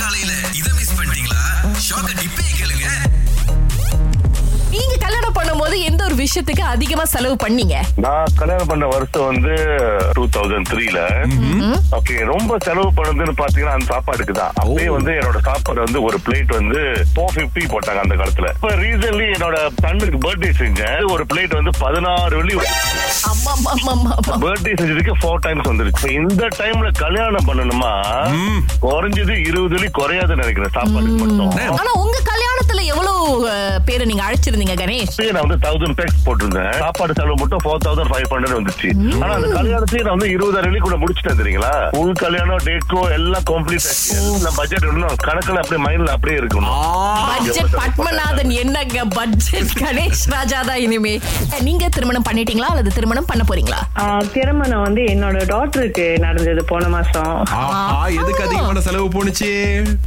காலையில இதை மிஸ் பண்ணிட்டீங்களா ஷாக்க இப்பயே கேளுங்க நீங்க கல்யாணம் பண்ணும்போது எந்த ஒரு விஷயத்துக்கு அதிகமா செலவு பண்ணீங்க நான் கல்யாணம் பண்ண வருஷம் வந்து டூ தௌசண்ட் த்ரீல ஓகே ரொம்ப செலவு பண்ணதுன்னு பாத்தீங்கன்னா அந்த சாப்பாடுக்கு தான் அப்பயே வந்து என்னோட சாப்பாடு வந்து ஒரு பிளேட் வந்து ஃபோர் பிப்டி போட்டாங்க அந்த காலத்துல இப்ப ரீசன்ட்லி என்னோட சன்னுக்கு பர்த்டே செஞ்சேன் ஒரு பிளேட் வந்து பதினாறு வெள்ளி அம்மா அம்மா அம்மா, அம்மா அம்மா பர்த்டே செஞ்சதுக்கு ஃபோர் டைம்ஸ் வந்துருச்சு இப்ப இந்த டைம்ல கல்யாணம் பண்ணணுமா குறைஞ்சது இருபது வெள்ளி குறையாது நினைக்கிறேன் சாப்பாடுக்கு மட்டும் ஆனா உங்க கல்யாணத்துல எவ்வளவு அஹ், பேரை நீங்க அழைச்சிருந்தீங்க கணேஷ் நான் வந்து தௌசண்ட் பேக்ஸ் போட்டிருந்தேன் சாப்பாடு செலவு மட்டும் ஃபோர் தௌசண்ட் ஃபைவ் ஹண்ட்ரட் வந்துச்சு ஆனா அந்த கல்யாணத்தையும் நான் வந்து இருபதாயிரம் வெள்ளி கூட முடிச்சுட்டேன் தெரியுங்களா உள் கல்யாணம் டேட்கோ எல்லாம் கம்ப்ளீட் ஆச்சு நான் பட்ஜெட் ஒன்றும் கணக்குல அப்படியே மைண்ட்ல அப்படியே இருக்கணும் பட்ஜெட் பத்மநாதன் என்னங்க பட்ஜெட் கணேஷ் ராஜா தான் இனிமே நீங்க திருமணம் பண்ணிட்டீங்களா அல்லது திருமணம் பண்ண போறீங்களா ஆ, திருமணம் வந்து என்னோட டாட்டருக்கு நடந்தது போன மாசம் ஆஹா, எதுக்கு அதிகமான செலவு போணுச்சு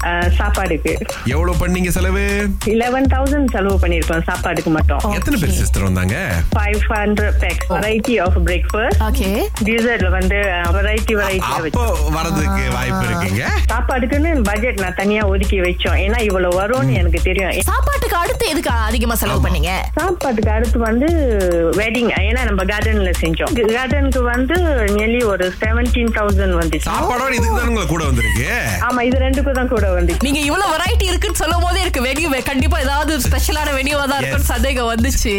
ஆ, சாப்பாடுக்கு எவ்வளவு பண்ணீங்க செலவு 11000 தௌசண்ட் செலவு பண்ணிருக்கோம் சாப்பாடுக்கு மட்டும் எத்தனை பேர் சிஸ்டர் வந்தாங்க five hundred packs variety of breakfast okay டீசர்ட்ல வந்து வெரைட்டி வெரைட்டியா அப்போ வச்சு வர்றதுக்கு வாய்ப்பு இருக்குங்க சாப்பாடுக்குன்னு பட்ஜெட் நான் தனியா ஒதுக்கி வச்சோம் ஏன்னா இவ்வளவு வரும்னு எனக்கு தெரியும் சாப்பாட்டுக்கு அடுத்து எதுக்கு அதிகமா செலவு பண்ணீங்க சாப்பாட்டுக்கு அடுத்து வந்து வெட்டிங் ஏன்னா நம்ம கார்டன்ல செஞ்சோம் கார்டனுக்கு வந்து நெல்லி ஒரு செவன்டீன் தௌசண்ட் வந்துச்சு சாப்பாடோட இதுக்கு தான் உங்களுக்கு கூட வந்திருக்கு ஆமா இது ரெண்டுக்கும் தான் கூட வந்துச்சு நீங்க இவ்வளவு வெரைட்டி இருக்குன்னு சொல்லும் போதே எனக்கு வெடி கண்டிப்பா ஏதாவது ஸ்பெஷலான வெடிவா தான் இருக்கும்னு சந்தேகம் வந்துச்சு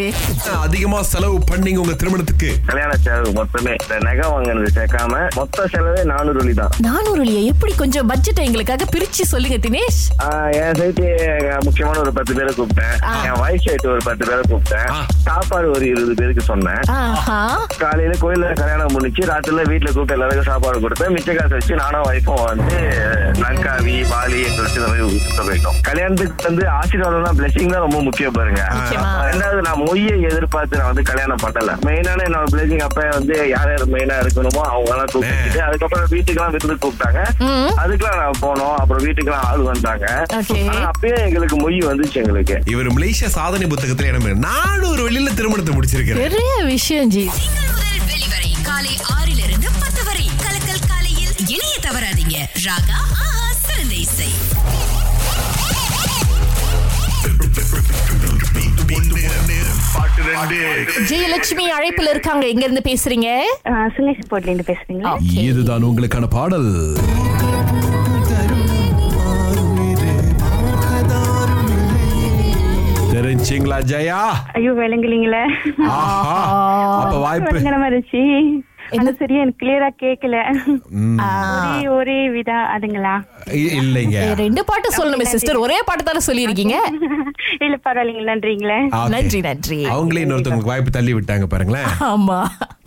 அதிகமா செலவு பண்ணீங்க உங்க திருமணத்துக்கு கல்யாண செலவு மொத்தமே இந்த நகை வாங்கினது சேர்க்காம மொத்த செலவே நானூறு வழி தான் நானூறுலிய எப்படி கொஞ்சம் பட்ஜெட்டை எங்களுக்காக பிரிச்சு சொல்லுங்க தினேஷ் ஆஹ் என் சைட்டு முக்கியமான ஒரு பத்து பேரை கூப்பிட்டேன் ஆ. என் ஒய்ஃப் சைட்டு ஒரு பத்து பேரை கூப்பிட்டேன் ஆ. சாப்பாடு ஒரு இருபது பேருக்கு சொன்னேன் ஆஹா காலையில கோயில்ல கல்யாணம் முடிச்சு ராத்திரில வீட்டுல கூப்பிட்டு எல்லாருக்கும் சாப்பாடு கொடுத்தேன் மிச்ச காசு வச்சு நானும் ஒய்ஃபும் வந்து லங்காவி பாலி சொல்லிட்டு இந்த மாதிரி ஊருக்கு போயிட்டோம் கல்யாணத்துக்கு வந்து ஆசீர்வாதம் தான் பிளெஸிங் தான் ரொம்ப முக்கியம் பாருங்க நிச்சயமா. ரெண்டாவது நான் மொய்யை எதிர்பார்த்து நான் வந்து கல்யாணம் பண்ணல மெயினான என்னோட பிளெஸிங் அப்ப வந்து யார் யார் மெயினா இருக்கணுமோ அவங்க எல்லாம் கூப்பிட்டு அதுக்கப்புறம் வீட்டுக்கெல்லாம் விருந்து கூப்பிட்டாங்க ம். அதுக்கெல்லாம் நான் போனோம் அப்புறம் வீட்டுக்கெல்லாம் ஆள் வந்தாங்க Okay. ஆனா அப்பயே எங்களுக்கு மொய் வந்துச்சு எங்களுக்கு இவர் மலேசியா சாதனை புத்தகத்துல இடம் நானூறு வெளியில திருமணத்தை முடிச்சிருக்கிறேன் நிறைய விஷயம் ஜி திங்கள் முதல் வெளிவரை காலை ஆறிலிருந்து பத்து வரை கலக்கல் காலையில் இணைய தவறாதீங்க ராகா ஆஹா சிறந்த இசை ஜெயலட்சுமி அழைப்புல இருக்காங்க எங்க இருந்து பேசுறீங்க சுனேஷ் போட்ல இருந்து பேசுறீங்களா இதுதான் உங்களுக்கான பாடல் தெரிஞ்சிங்களா ஜெயா ஐயோ விளங்குலீங்களே ஆஹா அப்ப வாய்ப்பு விளங்குற மாதிரி இருந்துச்சு ஆனா சரியா எனக்கு கிளியரா கேக்கல ஆ, ஒரே ஒரே விதா அதுங்களா இ- இல்லைங்க ரெண்டு பாட்டு சொல்லணுமே சிஸ்டர் ஒரே பாட்டு தானே சொல்லியிருக்கீங்க இல்ல பரவாயில்லைங்க நன்றிங்களே Okay. நன்றி, நன்றி. அவங்களே இன்னொருத்தவங்களுக்கு வாய்ப்பு தள்ளி விட்டாங்க பாருங்களேன் ஆமா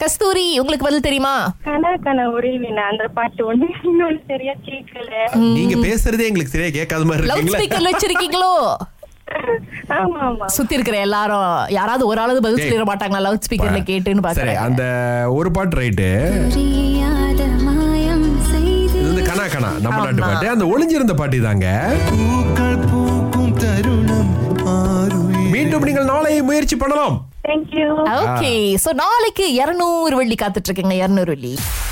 கஸ்தூரி உங்களுக்கு பதில் தெரியுமா கனா கனா ஒரே வினா அந்த பாட்டு ஒண்ணு இன்னொன்னு சரியா கேக்கல நீங்க பேசுறதே எங்களுக்கு சரியா கேட்காத மாதிரி லவுட் இருக்கீங்களா ஸ்பீக்கர்ல வச்சிருக்கீங்களோ ஆமா ஆமா சுத்தி இருக்கிற எல்லாரும் யாராவது ஒரு ஆளாவது பதில் டேய். சொல்லிட மாட்டாங்களா லவுட் ஸ்பீக்கர்ல கேட்டுன்னு சரி பாக்குறேன் அந்த ஒரு பாட்டு ரைட்டு இது வந்து கனா கனா நம்ம நாட்டு ஆமா. பாட்டு அந்த ஒளிஞ்சிருந்த பாட்டு தாங்க மீண்டும் நீங்கள் நாளை முயற்சி பண்ணலாம் தேங்க்யூ ஓகே சோ நாளைக்கு 200 வெள்ளி காத்துட்டு இருக்கீங்க 200 வெள்ளி